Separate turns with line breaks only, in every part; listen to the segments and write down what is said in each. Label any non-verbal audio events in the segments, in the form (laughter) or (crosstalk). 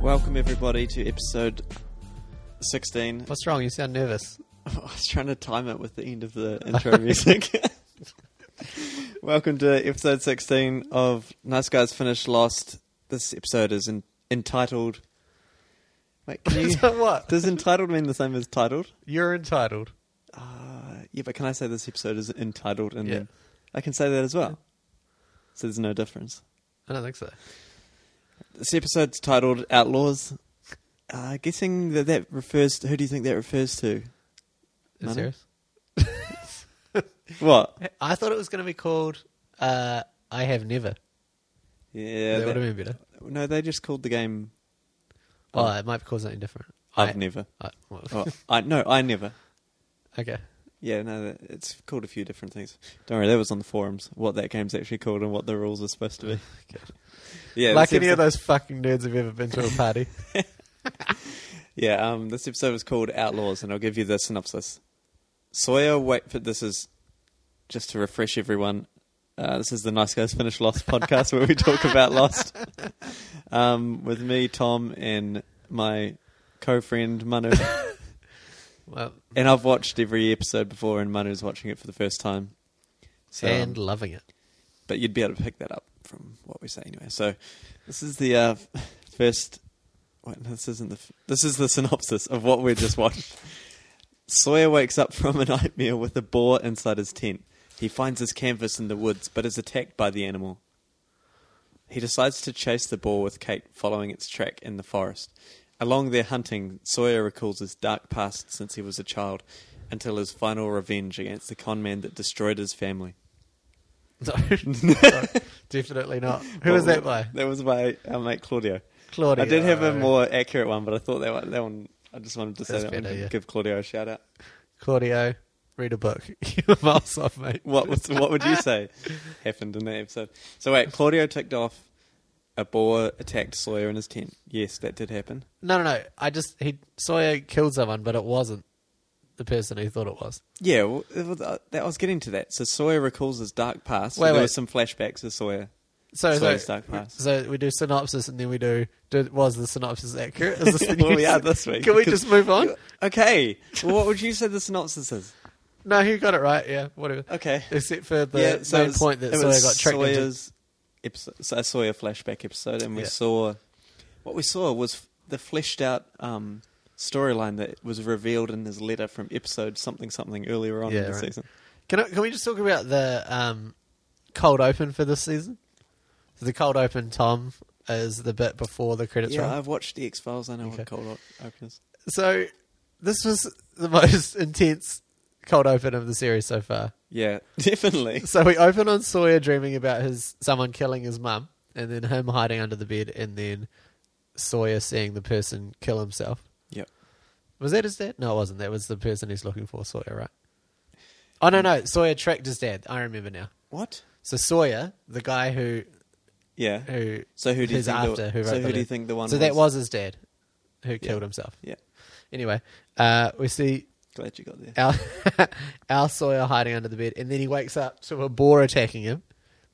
welcome everybody to episode 16.
What's wrong? You sound nervous.
(laughs) I was trying to time it with the end of the intro music. (laughs) welcome to episode 16 of Nice Guys Finish Lost. This episode is en- entitled. Wait, can (laughs) you...
(laughs) So what?
Does entitled mean the same as titled?
You're entitled.
Uh, yeah, but can I say this episode is entitled and
Yeah.
then I can say that as well. So there's no difference.
I don't think so.
This episode's titled Outlaws. Uh, guessing that that refers to. Who do you think that refers to?
Is
Money?
serious? (laughs)
What?
I thought it was going to be called uh, I Have Never.
Yeah.
that
that-
would have been better.
No, they just called the game
Oh, it might be called something different.
um, I've
I-
Never.
I- well,
Oh, I No, I Never.
(laughs) okay.
Yeah, no, that- it's called a few different things. Don't worry, that was on the forums, what that game's actually called and what the rules are supposed
(laughs)
to be. Yeah,
like
this
any of
episode-
those fucking nerds who've ever been to
(laughs)
a party.
Yeah, um, this episode is called Outlaws, and I'll give you the synopsis. Sawyer Wakefield, this is just to refresh everyone. Uh, this is the Nice Guys Finish Lost podcast where we talk about Lost. Um, with me, Tom, and my co friend Manu.
well,
and I've watched every episode before, and Manu's watching it for the first time. So, um,
and
(laughs)
loving it.
but you'd be able to pick that up from what we say anyway. So this is the uh, (laughs) first. Wait, no, this isn't the. f- This is the synopsis of what we just watched. Sawyer wakes up from a (laughs) nightmare with a boar inside his tent. He finds his canvas in the woods, but is attacked by the animal. He decides to chase the boar with Kate, following its track in the forest. Along their hunting, Sawyer recalls his dark past since he was a child, until his final revenge against the con man that destroyed his family.
No,
(laughs)
no, definitely not. Who was that by?
That was by our mate Claudio.
Claudio.
I did have a more accurate one, but I thought that one, that one I just wanted to say
That's
that
better,
one.
yeah.
Give Claudio a shout out.
Claudio, read a book. (laughs) You're miles off, mate.
What was, what would you
(laughs)
say happened in that episode? So wait, Claudio ticked off a boar attacked Sawyer in his tent. Yes, that did happen.
No, no, no. I just he Sawyer killed someone, but it wasn't the person he thought it was.
Yeah, well, it was, uh, that, I was getting to that. So Sawyer recalls his dark past.
Wait,
there
wait.
were some flashbacks of Sawyer.
So, so,
Sawyer's dark past.
so we do synopsis, and then we do. Did, was the synopsis accurate?
(laughs)
Is this the
Well,
new-
we are this week,
Can we
because-
just move on?
Okay, well, what would you say the synopsis is?
No, he got it right. Yeah, whatever.
Okay.
Except for the
yeah, so it
main
was-
point that
it
Sawyer
was
got tricked into.
Sawyer's episode, so- a Sawyer flashback episode, and we
Yeah.
saw what we saw was the fleshed out um, storyline that was revealed in his letter from episode something something earlier on in
Yeah,
the
right.
season.
Can I, can we just talk about the um, cold open for this season? So the cold open, Tom, is the bit before the credits
yeah,
roll.
I've watched the X Files. I know
Okay.
what cold op- open is.
So this was the (laughs) most intense cold open of the series so far.
Yeah, (laughs)
(laughs)
definitely.
So we open on Sawyer dreaming about his someone killing his mum, and then him hiding under the bed, and then Sawyer seeing the person kill himself.
Yep.
Was that his dad? No, it wasn't. That was the person he's looking for, Sawyer, right? Oh no, no, Sawyer tracked his dad. I remember now.
What?
So Sawyer, the guy who
Yeah.
who
So who do you
who's
think the-
after who wrote
so
the
who do you
letter.
think the one
So that
was?
was his dad who killed himself.
Yeah.
Anyway, uh, we see
Glad you got there. (laughs)
our (laughs) our Sawyer hiding under the bed, and then he wakes up to a boar attacking him.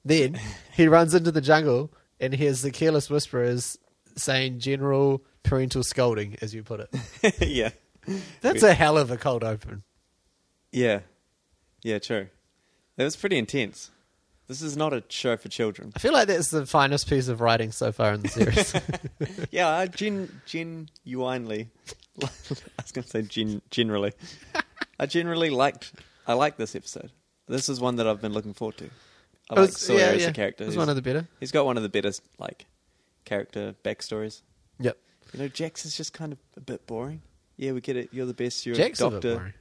Then he runs into the jungle and hears the careless whisperers saying general parental scolding, as you put it.
yeah.
That's a hell of a cold open.
Yeah. Yeah. True. That was pretty intense. This is not a show for children.
I feel like that's the finest piece of writing so far in the
(laughs)
series.
Yeah, uh, gen genuinely. (laughs) I was going to say gen
(laughs)
generally. I generally liked. I like this episode. This is one that I've been looking forward to. I
It
like
was-
Sawyer
yeah,
as
yeah.
a character.
It was
He's-
one of the better.
He's got one of the best like character backstories.
Yep.
You know, Jax is just kind of a bit boring. Yeah, we get it. You're the best. You're
Jack's
a
a
doctor.
bit boring,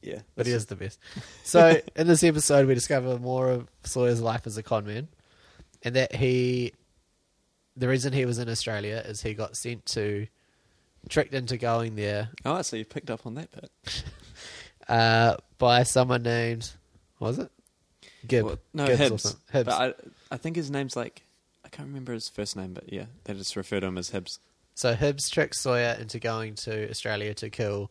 Yeah,
but he is the best.
(laughs)
So in this episode, we discover more of Sawyer's life as a con man, and that he, the reason he was in Australia is he got sent to, tricked into going there
Oh, so you picked up on that bit.
uh, by someone named, what was it? Gibb.
Well, no,
Gibbs or
Hibbs.
something. Hibbs.
But I, I think his name's like I can't remember his first name, but yeah, they just refer to him as Hibbs.
So Hibbs tricks Sawyer into going to Australia to kill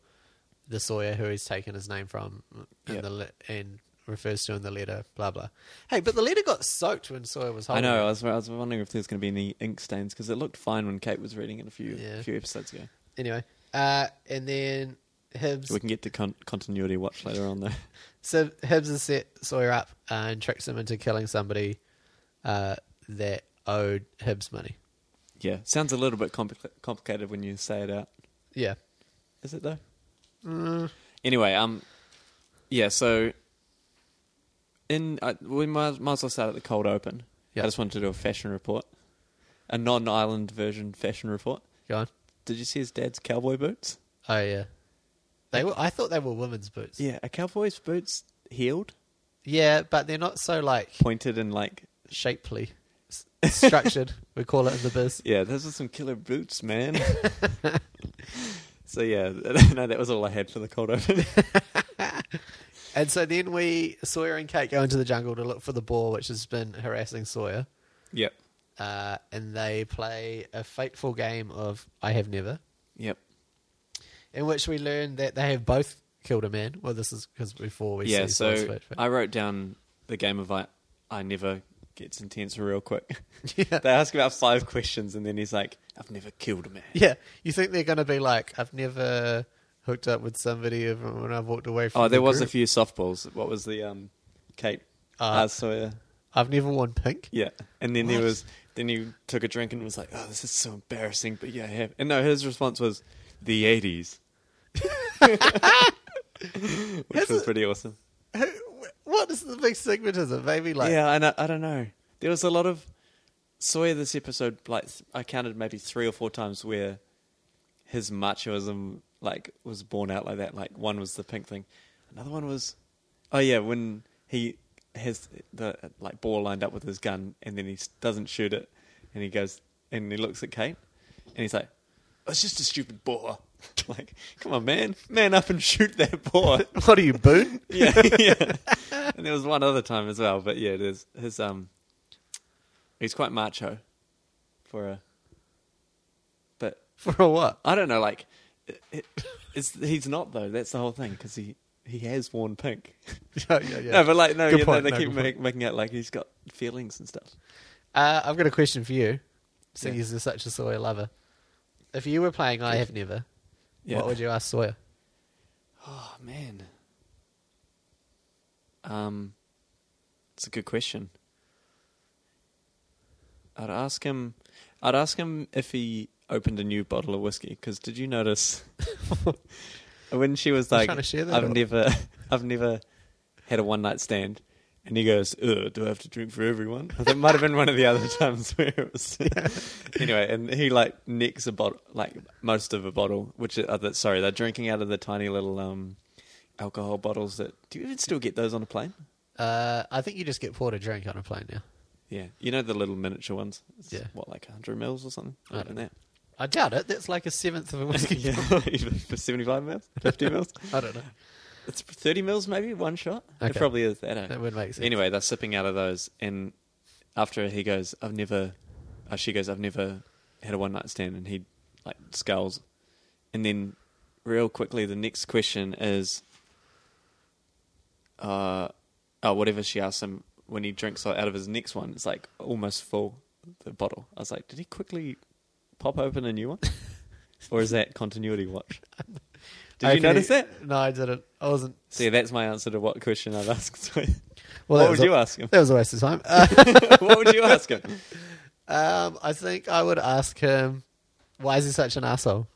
the Sawyer who he's taken his name from, and,
Yep.
the, le- and refers to in the letter, blah, blah. Hey, but the letter got soaked when Sawyer was
I
holding
know. I
it.
was, I was wondering if there's going to be any ink stains because it looked fine when Kate was reading it a few
Yeah.
a few episodes ago.
Anyway, uh, and then Hibbs,
We can get to con- continuity watch later on though. (laughs)
so Hibbs has set Sawyer up uh, and tricks him into killing somebody uh, that owed Hibbs money.
yeah, sounds a little bit compli complicated when you say it out.
Yeah.
Is it though? Anyway, um, yeah. So, in uh, we might, might as well start at the cold open.
Yeah.
I just wanted to do a fashion report, a non-island version fashion report.
Go on.
Did you see his dad's cowboy boots?
Oh yeah, they were. I thought they were women's boots.
Yeah, a cowboy's boots heeled,
Yeah, but they're not so like
pointed, and like
shapely, s- structured. (laughs) we call it in the biz.
yeah, those are some killer boots,
(laughs)
man. so yeah, (laughs) no, that was all I had for the cold
(laughs)
open.
And so then we Sawyer and Kate go into the jungle to look for the boar, which has been harassing Sawyer.
yep,
Uh, and they play a fateful game of I have never,
yep.
in which we learn that they have both killed a man. Well, this is because before we
yeah,
see Sawyer's
so
fate.
I wrote down the game of I, I never gets intense real quick.
(laughs) Yeah.
(laughs) They ask about five questions and then he's like, I've never killed a
(laughs)
man.
yeah, you think they're going to be like I've never hooked up with somebody when I've walked away from.
Oh, there
the
was
group.
a few softballs. What was the um, Kate
Uh,
uh, Sawyer?
I've never worn pink.
Yeah, and then
What?
he was then he took a drink and was like, "Oh, this is so embarrassing." But yeah, I have. And no, his response was the '80s, (laughs) which
Has
was
it-
pretty awesome.
Who, wh- what is the big stigmatism? Maybe like
yeah, I know, I don't know. There was a lot of Sawyer this episode. Like th- I counted maybe three or four times where his machoism like was borne out like that. Like one was the pink thing, another one was oh yeah when he has the like ball lined up with his gun and then he s- doesn't shoot it and he goes and he looks at Kate and he's like. It's just a stupid boar. (laughs) like, come on, man, man up and shoot that boar.
(laughs) what are you boot?
yeah, (laughs) yeah. And there was one other time as well, but yeah, there's his um. He's quite macho, for a. But
For a what? (laughs)
I don't know, like, it, it, it's he's not though. That's the whole thing because he he has worn pink.
yeah, yeah, yeah.
No, but like no,
Good
yeah,
point,
they
no,
keep
good point.
make, making out like he's got feelings and stuff.
uh, I've got a question for you. Since
Yeah.
you're such a Sawyer lover, if you were playing I Have Never,
Yeah.
what would you ask Sawyer?
Oh man. Um, it's a good question. I'd ask him. I'd ask him if he opened a new bottle of whiskey. Because did you notice (laughs) when she was
Are you
like,
trying to share that
"I've
or-
never, I've never had a one night stand," and he goes, Ugh, "Do I have to drink for everyone?" I think it might have been one of the
(laughs)
other times where it was. (laughs) anyway, and he like nicks a bottle, like most of a bottle, which are the, sorry, they're drinking out of the tiny little um alcohol bottles that. Do you even still get those on a plane?
Uh, I think you just get poured a drink on a plane now.
Yeah, you know the little miniature ones. It's,
Yeah.
what like hundred mils or something.
I
Like
don't
that.
I doubt it. That's like a seventh of a whiskey.
(laughs) yeah,
(laughs)
even for seventy-five mils, fifty mils.
I don't know.
It's thirty mils maybe one shot. It
Okay.
probably is that. eh?
That would make sense.
Anyway, they're sipping out of those, and after he goes, "I've never," uh, she goes, "I've never had a one night stand," and he like scowls, and then real quickly the next question is, uh, oh, whatever she asks him when he drinks out of his next one, it's like almost full the bottle. I was like, did he quickly pop open a new
(laughs)
one, or is that continuity watch? Did
Okay.
you notice that?
No, I didn't. I wasn't.
See, that's my answer to what question I'd ask. (laughs)
Well, that
what
was
would
a-
you ask
(laughs)
him? (laughs)
That was a waste of time. Uh,
what would you ask him?
Um, I think I would ask him, why is he such an asshole?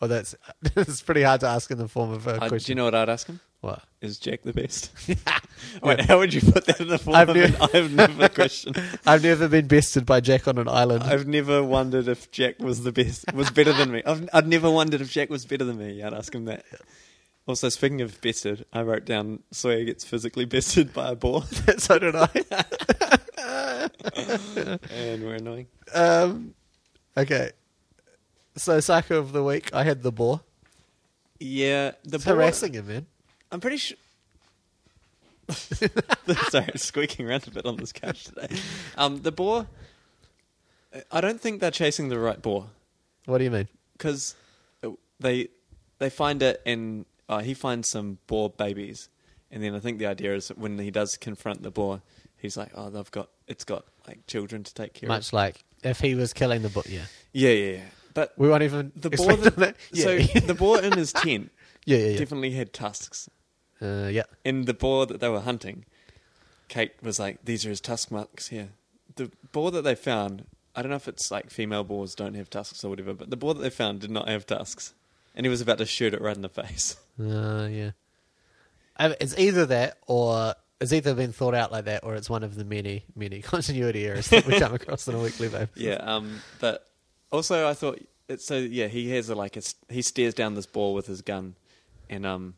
Well, that's (laughs) it's pretty hard to ask in the form of a
I, do
question.
you know what I'd ask him?
what?
Is Jack the best? (laughs)
(laughs)
Wait, how would you put that in the form
I've
of
never-
an I've never
(laughs)
question?
I've never been bested by Jack on an island.
I've never wondered if Jack was the best, was better than me. I've, I've never wondered if Jack was better than me. I'd ask him that. Also, speaking of bested, I wrote down Sawyer gets physically bested by a
(laughs)
boar,
so did
(laughs)
I.
and we're annoying.
Um, okay. So Saka of the week, I had the boar.
Yeah, the
It's harassing him, man.
I'm pretty sure. (laughs) Sorry, it's squeaking around a bit on this couch today. Um, the boar. I don't think they're chasing the right boar
What do you mean?
because they they find it and uh, he finds some boar babies, And then I think the idea is that when he does confront the boar, he's like, "Oh, they've got it's got like children to take care
Much
of."
like if he was killing the boar. Yeah,
Yeah, yeah, yeah. But
we won't even (laughs)
the boar,
expect
that,
on that. Yeah,
so
yeah,
the boar in his tent
(laughs) yeah, yeah.
definitely had tusks,
Uh, yeah.
and the boar that they were hunting, Kate was like, "These are his tusk marks here." The boar that they found, I don't know if it's like female boars don't have tusks or whatever, but the boar that they found did not have tusks, and he was about to shoot it right in the face.
Uh, yeah. I mean, Um, it's either that or it's either been thought out like that or it's one of the many, many (laughs) continuity errors that we come across on a weekly basis.
(laughs) Yeah, um, but also I thought it's so yeah he has a like a, he stares down this ball with his gun, and um,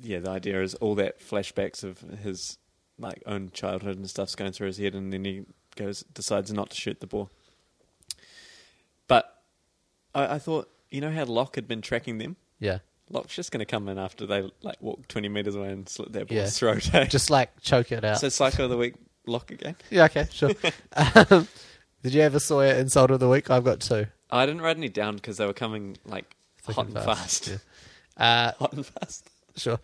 yeah the idea is all that flashbacks of his like own childhood and stuff's going through his head, and then he goes decides not to shoot the ball. But I, I thought you know how Locke had been tracking them.
Yeah.
Locke's just going to come in after they like walk twenty meters away and slit that ball's
Yeah.
throat. eh?
Just like choke it out.
so psycho of the week Locke again.
yeah, okay,
(laughs)
sure. um, did you have a Sawyer insult of the week? I've got two.
Oh, I didn't write any down because they were coming like
Thick
hot and fast.
Yeah. Uh,
(laughs) Hot and fast.
sure.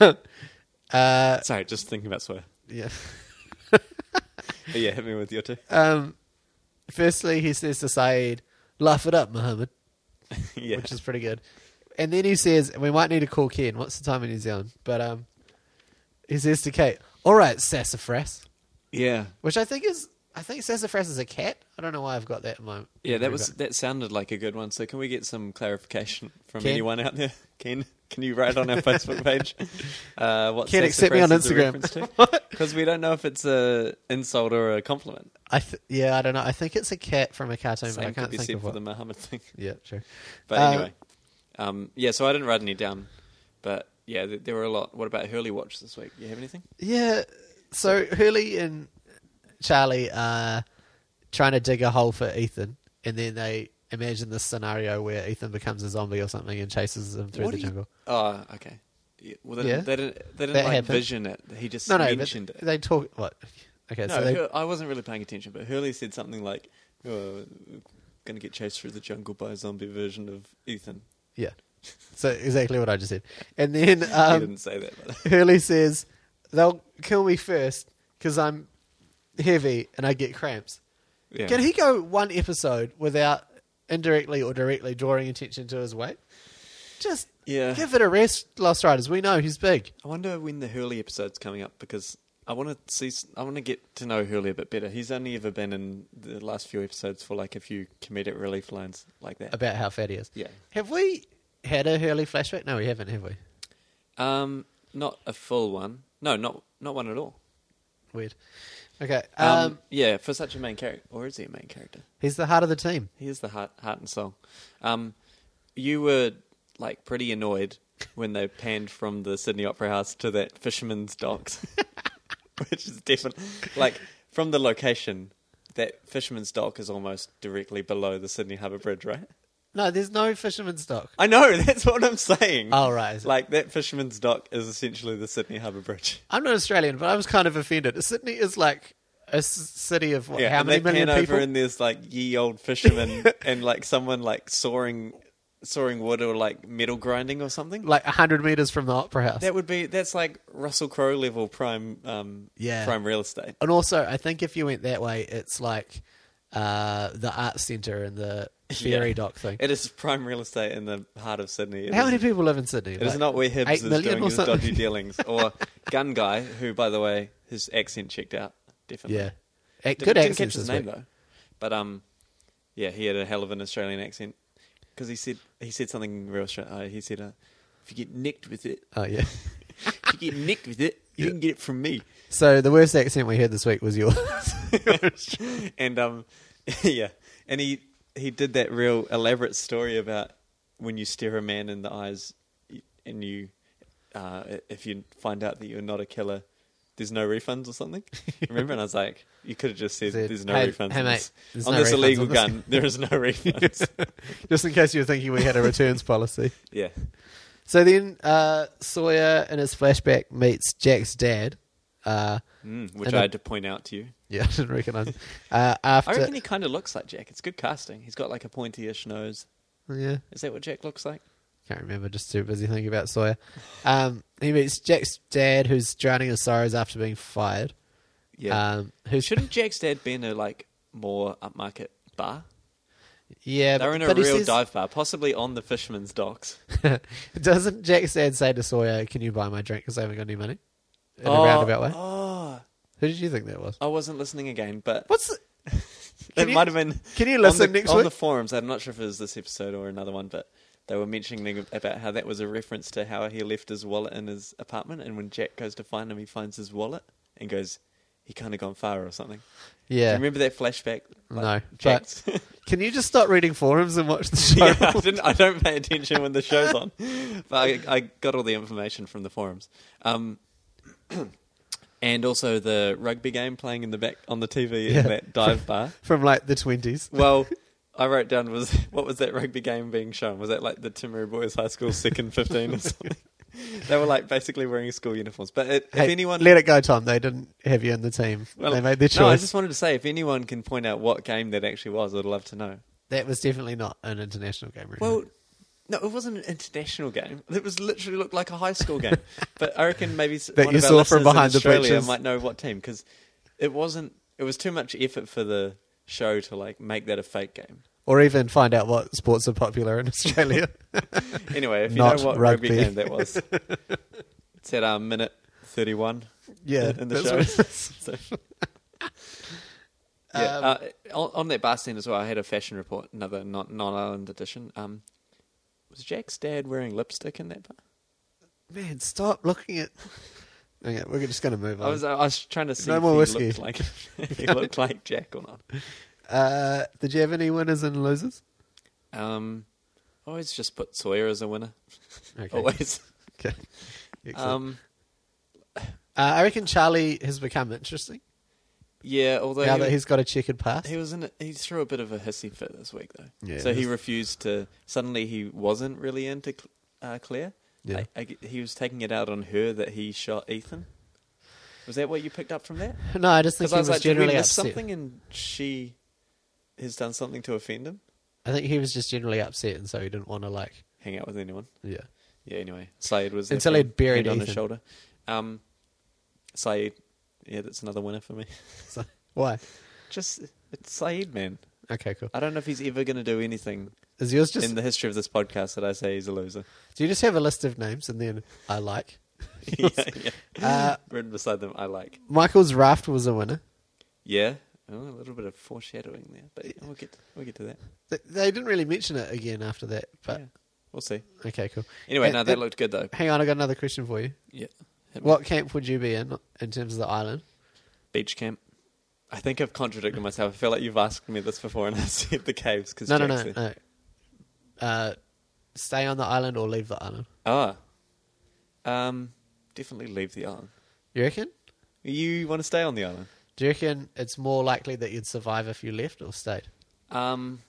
(laughs) uh,
Sorry, just thinking about swear.
yeah.
But yeah, hit me with your two. (laughs)
Um, firstly, he says to Saeed, laugh it up, Muhammad,
yeah.
which is pretty good. And then he says, we might need to call Ken. What's the time in New Zealand? But um, he says to Kate, all right, sassafras,
yeah.
which I think is, I think sassafras is a cat. I don't know why I've got that in my.
Yeah, that
memory,
was
but-
that sounded like a good one. So can we get some clarification from
Ken?
anyone out there? Ken, can you write on our Facebook
(laughs)
page? Uh, what
Ken, accept me on (laughs)
Because we don't know if it's a insult or a compliment.
I th- yeah, I don't know. I think it's a cat from a cartoon, but I
Same
can't
could be
think
said
of
for
what.
the Muhammad thing. (laughs)
Yeah, sure.
But
Uh,
anyway, um, yeah. So I didn't write any down, but yeah, th- there were a lot. What about Hurley Watch this week? You have anything?
Yeah. So Hurley and Charlie are trying to dig a hole for Ethan, and then they imagine this scenario where Ethan becomes a zombie or something and chases them through
What
the
do you-
jungle.
Oh, okay. Yeah, well, they,
Yeah.
didn't, they didn't. They
That
didn't like
happened.
vision it. He just
No, no,
mentioned
but
it.
they talk. What? Okay,
no,
so they.
Hur- I wasn't really paying attention, but Hurley said something like, oh, "Going to get chased through the jungle by a zombie version of Ethan."
Yeah. So exactly what I just said, and
(laughs)
then
he
um,
didn't say that, but (laughs)
Hurley says they'll kill me first because I'm heavy and I get cramps.
yeah.
Can he go one episode without indirectly or directly drawing attention to his weight? Just
Yeah.
give it a rest, Lost Riders. We know he's big.
I wonder when the Hurley episode's coming up because I want to see. s- I want to get to know Hurley a bit better. He's only ever been in the last few episodes for like a few comedic relief lines like that.
About how fat he is.
Yeah.
Have we had a Hurley flashback? No, we haven't, have we?
Um, not a full one. No, not not one at all.
Weird. Okay. Um,
Um, yeah, for such a main character, or is he a main character?
he's the heart of the team.
He is the heart, heart and soul. Um, you were like pretty annoyed when they panned from the Sydney Opera House to that fisherman's docks, (laughs) which is definitely like from the location. That fisherman's dock is almost directly below the Sydney Harbour Bridge, right?
No, there's no fisherman's dock.
I know (laughs) that's what I'm saying.
Oh, right. is it?
Like that fisherman's dock is essentially the Sydney Harbour Bridge.
I'm not Australian, but I was kind of offended. Sydney is like a s- city of what,
Yeah,
how
and
many
they
million
pan
people?
over and there's like ye old
(laughs)
fishermen and like someone like sawing, sawing wood or like metal grinding or something.
like 100 meters from the Opera House.
That would be that's like Russell Crowe level prime um
Yeah.
prime real estate.
And also, I think if you went that way, it's like uh, the art centre and the ferry
Yeah.
dock thing.
It is prime real estate in the heart of Sydney. It
How
is-
many people live in Sydney?
it is not where Hibbs is doing his dodgy dealings or Gun Guy, who by the way his accent checked out definitely.
(laughs) yeah, A-
Didn't-
good
didn't
accents
catch his
this
name
week.
though. But um, yeah, he had a hell of an Australian accent because he said he said something real. Austra- Uh, he said, uh, "If you get nicked with it, (laughs)
Oh yeah.
if you get nicked with it, you
Yeah.
can get it from me."
So the worst accent we heard this week was yours. (laughs)
and um, (laughs) yeah, and he he did that real elaborate story about when you stare a man in the eyes and you uh, if you find out that you're not a killer, there's no refunds or
(laughs)
something. Remember? And I was like, you could have just said,
Said,
"There's no
hey-
refunds
hey,
on
mate,
this,
there's
on
no
this
refunds
illegal
on this."
gun. There
(laughs)
is no refunds."
Just in case you were thinking we had a returns policy.
yeah,
So then uh, Sawyer in his flashback meets Jack's dad. Uh,
mm, which
And
I
the-
had to point out to you.
yeah, (laughs) I didn't recognise. him. Uh, after
I reckon he kind of looks like Jack. It's good casting. He's got like a pointy-ish nose.
yeah,
Is that what Jack looks like?
Can't remember, just too busy thinking about Sawyer. Um, he meets Jack's dad, who's drowning his sorrows after being fired.
Yeah.
Um, who's
Shouldn't Jack's dad be in a like more upmarket bar?
yeah,
They're
but-
in a
but he
real
says-
dive bar, possibly on the fisherman's docks.
(laughs) Doesn't Jack's dad say to Sawyer, "Can you buy my drink? Because I haven't got any money." In a roundabout way.
Oh,
Who did you think that was?
I wasn't listening again, but
What's the,
it
can you-
might have been.
can you
on
listen
the-
next
on
week?
the forums? I'm not sure if it was this episode or another one, but they were mentioning about how that was a reference to how he left his wallet in his apartment, and when Jack goes to find him, he finds his wallet and goes, "He kind of gone far or something." Do
yeah?
you remember that flashback?
No, but-
Jack's.
Can you just stop reading forums and watch the show?
(laughs)
(laughs)
yeah, I, didn't, I don't pay attention when the show's on, but I, I got all the information from the forums, um, (clears throat) and also the rugby game playing in the back on the TV
Yeah.
in that dive bar.
From like the twenties.
Well, I wrote down was what was that rugby game being shown? Was that like the Timaru Boys High School second fifteen or something? they were like basically wearing school uniforms. But it, if anyone,
let it go, Tom. They didn't have you in the team.
well,
they made their choice.
No, I just wanted to say if anyone can point out what game that actually was, I'd love to know.
That was definitely not an international game. Really.
Well, no, it wasn't an international game. It was literally looked like a high school
(laughs)
game. but I reckon maybe s-
That
one
you
of our
saw
listeners
from
in
behind the
Australia
pictures.
might know what team because it wasn't. It was too much effort for the show to like make that a fake game.
or even find out what sports are popular
(laughs)
in (laughs) Australia.
Anyway, if you
Not
know what rugby,
rugby.
game that was,
(laughs)
it's at um, minute thirty-one.
yeah,
in the
that's
show.
what
(laughs)
it is. (laughs)
So, yeah,
Um,
uh, on, on that bar scene as well, I had a fashion report, another non Island edition. Um, was Jack's dad wearing lipstick in that bar?
Man, stop looking at. (laughs) Okay, we're just going to move on.
I was uh, I was trying to see
No
if
more
he
whiskey.
looked like (laughs) if he
(laughs)
looked like Jack or not.
uh, did you have any winners and losers?
Um, I always just put Sawyer as a winner.
Okay.
Always.
(laughs) Okay. Excellent.
Oh, Um,
uh, I reckon Charlie has become interesting
yeah, although
now
he,
that he's got a checkered past.
he was in a, he threw a bit of a hissy fit this week though.
Yeah,
so he
this-
refused to. Suddenly he wasn't really into Cl- uh, Claire.
Yeah.
I- I g- he was taking it out on her that he shot Ethan. Was that what you picked up from that?
(laughs) no, I just think
Because
he
I was
was
like, did we
generally
miss
upset.
something and she has done something to offend him?
I think he was just generally upset, and so he didn't want to like.
Hang out with anyone?
Yeah.
Yeah, anyway, Saeed was
Until
there
he'd buried
hand on his
Ethan.
shoulder. Um, Saeed, yeah, that's another winner for me. (laughs)
So, why?
Just it's Saeed, man.
Okay, cool.
I don't know if he's ever going to do anything
Is yours just?
in the history of this podcast that I say he's a
(laughs)
loser. (laughs)
do you just have a list of names and then I like?
yeah, yeah.
Uh,
(laughs) Written beside them, I like.
Michael's raft was a winner.
Yeah, oh, a little bit of foreshadowing there, but yeah, we'll get we'll get to that.
They, they didn't really mention it again after that, but
Yeah, we'll see.
okay, cool.
Anyway,
And-
no, that
and-
looked good though.
Hang on, I got another question for you.
Yeah, Hit me.
What camp would you be in in terms of the island?
beach camp? I think I've contradicted myself. I feel like you've asked me this before, and (laughs) I said the caves because
No, no, no, no. Uh, stay on the island or leave the island?
Ah. Um, definitely leave the island.
You reckon?
You want to stay on the island?
Do you reckon it's more likely that you'd survive if you left or stayed?
Um,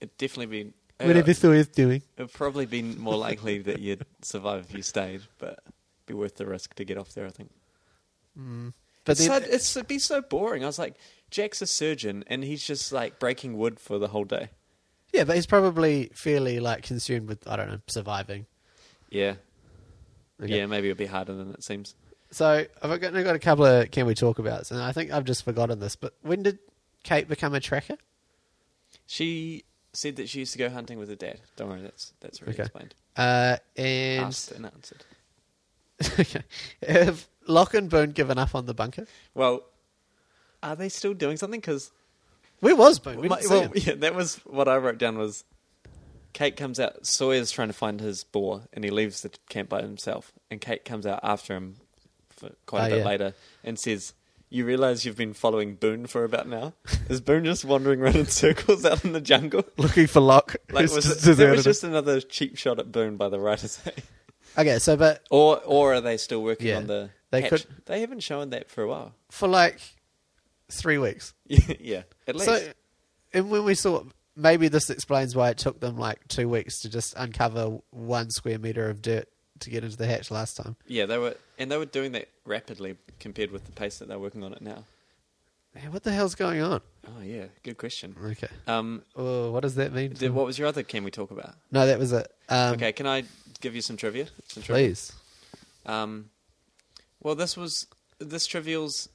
it'd definitely be.
Whatever
It
Sawyer's doing.
would probably be more likely that you'd survive if you stayed, but it'd be worth the risk to get off there, I think.
But
it's
then,
so, it's, it'd be so boring. I was like, Jack's a surgeon, and he's just like breaking wood for the whole day.
yeah, but he's probably fairly like consumed with I don't know surviving.
Yeah.
Okay.
Yeah, maybe it'd be harder than it seems.
So I've got, I've got a couple of can we talk about, and I think I've just forgotten this. But when did Kate become a tracker?
She said that she used to go hunting with her dad. Don't worry, that's that's already
Okay.
explained.
Uh, and
Asked and answered.
(laughs) okay. have Locke and Boone given up on the bunker?
Well, are they still doing something? Because
Where was Boone? We
My-
didn't see
well, (laughs)
him.
yeah, that was what I wrote down was Kate comes out. Sawyer's trying to find his boar, and he leaves the camp by himself. And Kate comes out after him for quite a
Oh,
bit
yeah.
later and says, "You realize you've been following Boone for about now? Is Boone just wandering around in circles out in the
(laughs)
jungle?"
looking for Locke.
Like
who's
was
just
it, that
deserted
was
him.
just another cheap shot at Boone by the writers, eh?
okay. So, but
or or are they still working
Yeah,
on the?
they
hatch?
could-
They haven't shown that for a while. (laughs)
for like three weeks.
yeah, at least.
So, and when we saw, maybe this explains why it took them like two weeks to just uncover one square meter of dirt to get into the hatch last time.
Yeah, they were, and they were doing that rapidly compared with the pace that they're working on it now.
Man, what the hell's going on?
Oh yeah, good question.
Okay.
Um,
Oh, what does that mean?
did, what was your other? Can we talk about?
No, that was it. Um,
okay, can I give you some trivia? Some trivia.
Please.
Um, well, this was this trivial's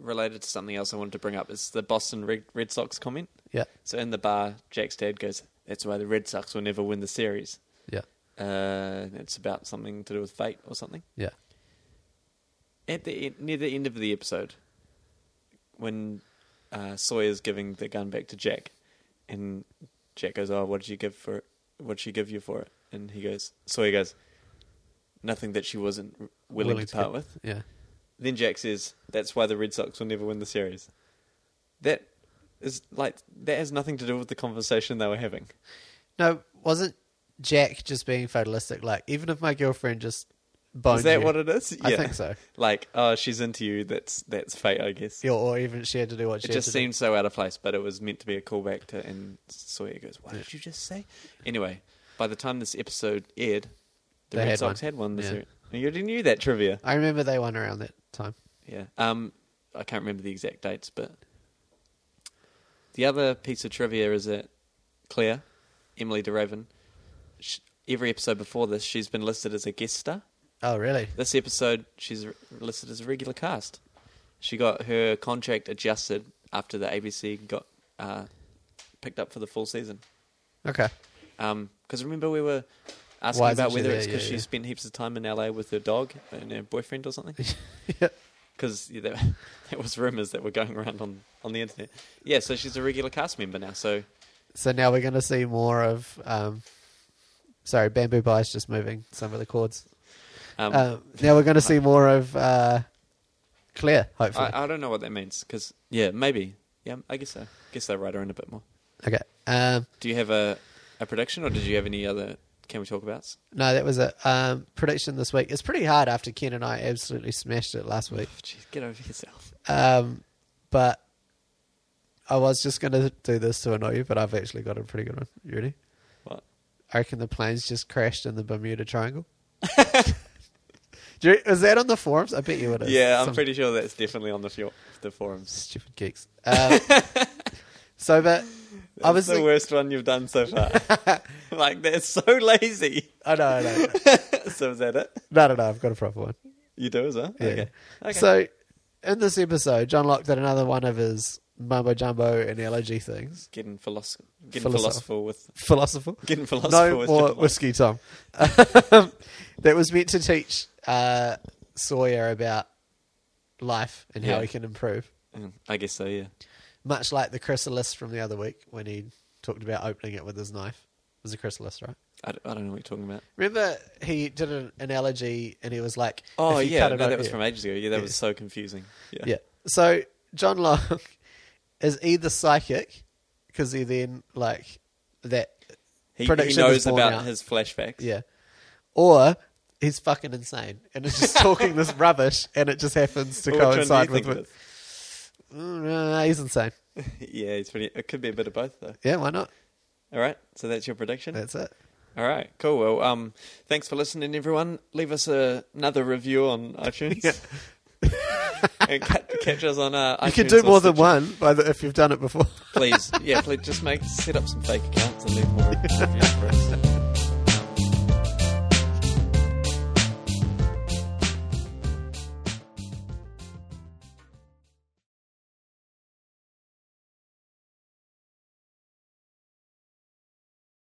related to something else I wanted to bring up. It's the Boston Red, Red Sox comment.
Yeah.
So in the bar, Jack's dad goes, "That's why the Red Sox will never win the series."
Yeah.
Uh, it's about something to do with fate or something.
Yeah.
At the end, near the end of the episode, when uh, Sawyer's giving the gun back to Jack, and Jack goes, "Oh, what did you give for? It? What did she give you for it?" And he goes, Sawyer goes, "Nothing that she wasn't willing, to, part
get-
with."
Yeah.
Then Jack says, "That's why the Red Sox will never win the series." That is like that has nothing to do with the conversation they were having.
No, wasn't Jack just being fatalistic? Like, even if my girlfriend just boned
Is that
you,
what it is?
I think so.
Like, oh, she's into you. That's that's fate, I guess.
Yeah, or even she had to do what she
It
had
just
to do.
seemed so out of place, but it was meant to be a callback to. And Sawyer goes, "What did you just say?" Anyway, by the time this episode aired, the
They
Red
had
Sox
one.
had won the
Yeah.
series. You already knew that trivia.
I remember they won around that time.
Yeah. Um, I can't remember the exact dates, but the other piece of trivia is that Claire, Emily DeRaven, sh every episode before this, she's been listed as a guest star.
Oh, really?
This episode, she's r- listed as a regular cast. She got her contract adjusted after the ABC got uh, picked up for the full season.
Okay. (laughs)
Because remember, we were asking
Why isn't
about
she
whether
there?
it's 'cause it's because
Yeah,
she
yeah.
spent heaps of time in LA with her dog and her boyfriend or
(laughs)
something
yeah.
because yeah, there, there was rumors (laughs) that were going around on, on the internet. Yeah, so she's a regular cast member now. So
So now we're going to see more of. Um, sorry, Bamboo Buy's just moving some of the chords.
um,
Um, now we're going to see more of uh, Claire, hopefully.
I, I don't know what that means because yeah, maybe yeah, I guess so. Guess they write her in a bit more.
okay. Um,
Do you have a a prediction or did you have any other? Can we talk about?
no, that was a um, prediction this week. It's pretty hard after Ken and I absolutely smashed it last week.
Jeez, get over yourself.
Um, but I was just going to do this to annoy you, but I've actually got a pretty good one. You ready?
What?
I reckon the planes just crashed in the
(laughs)
Bermuda Triangle. Do you, is that on the forums? I bet you it is.
Yeah, I'm
Some
pretty sure that's definitely on the fjor- the forums.
stupid geeks.
(laughs)
Um, so, but I
That's
was.
the
think-
worst one you've done so far.
(laughs)
like that's so lazy. (laughs)
I know, I know.
so is that it?
No, no, no. I've got a proper one.
You do as well.
Yeah.
Okay. Okay.
So, in this episode, John Locke did another one of his mumbo jumbo and elegy things.
getting philosoph- getting
Philosoph-
philosophical with
Philosophical.
getting philosophical
no
with
more
John Locke.
whiskey, Tom. (laughs) that was meant to teach uh, Sawyer about life and
Yeah.
how he can improve.
Mm, I guess so, yeah.
Much like the chrysalis from the other week when he talked about opening it with his knife. It was a chrysalis, right?
I, d- I don't know what you're talking about.
Remember, he did an analogy and he was like,
Oh,
if you
yeah,
cut it
no,
open-
that was from ages ago. Yeah, that
Yeah.
was so confusing. Yeah.
Yeah. So John Locke (laughs) is either psychic because he then like that.
He, he
prediction
knows
was borne
about
out.
his flashbacks.
Yeah. Or he's fucking insane and is
(laughs)
just talking this rubbish, and it just happens to
Well, which one do you
coincide with.
think
with Mm, nah, he's insane.
it is? (laughs) yeah, it's pretty. It could be a bit of both, though.
Yeah, why not?
All right, so that's your prediction.
That's it.
All right, cool. Well, um, thanks for listening, everyone. Leave us a, another review on iTunes. (laughs) and ca- catch us on uh, iTunes.
You can do
or
more than
Stitcher.
one by the, if you've done it before. (laughs)
Please, yeah, please just make set up some fake accounts and leave more. reviews for us.
(laughs)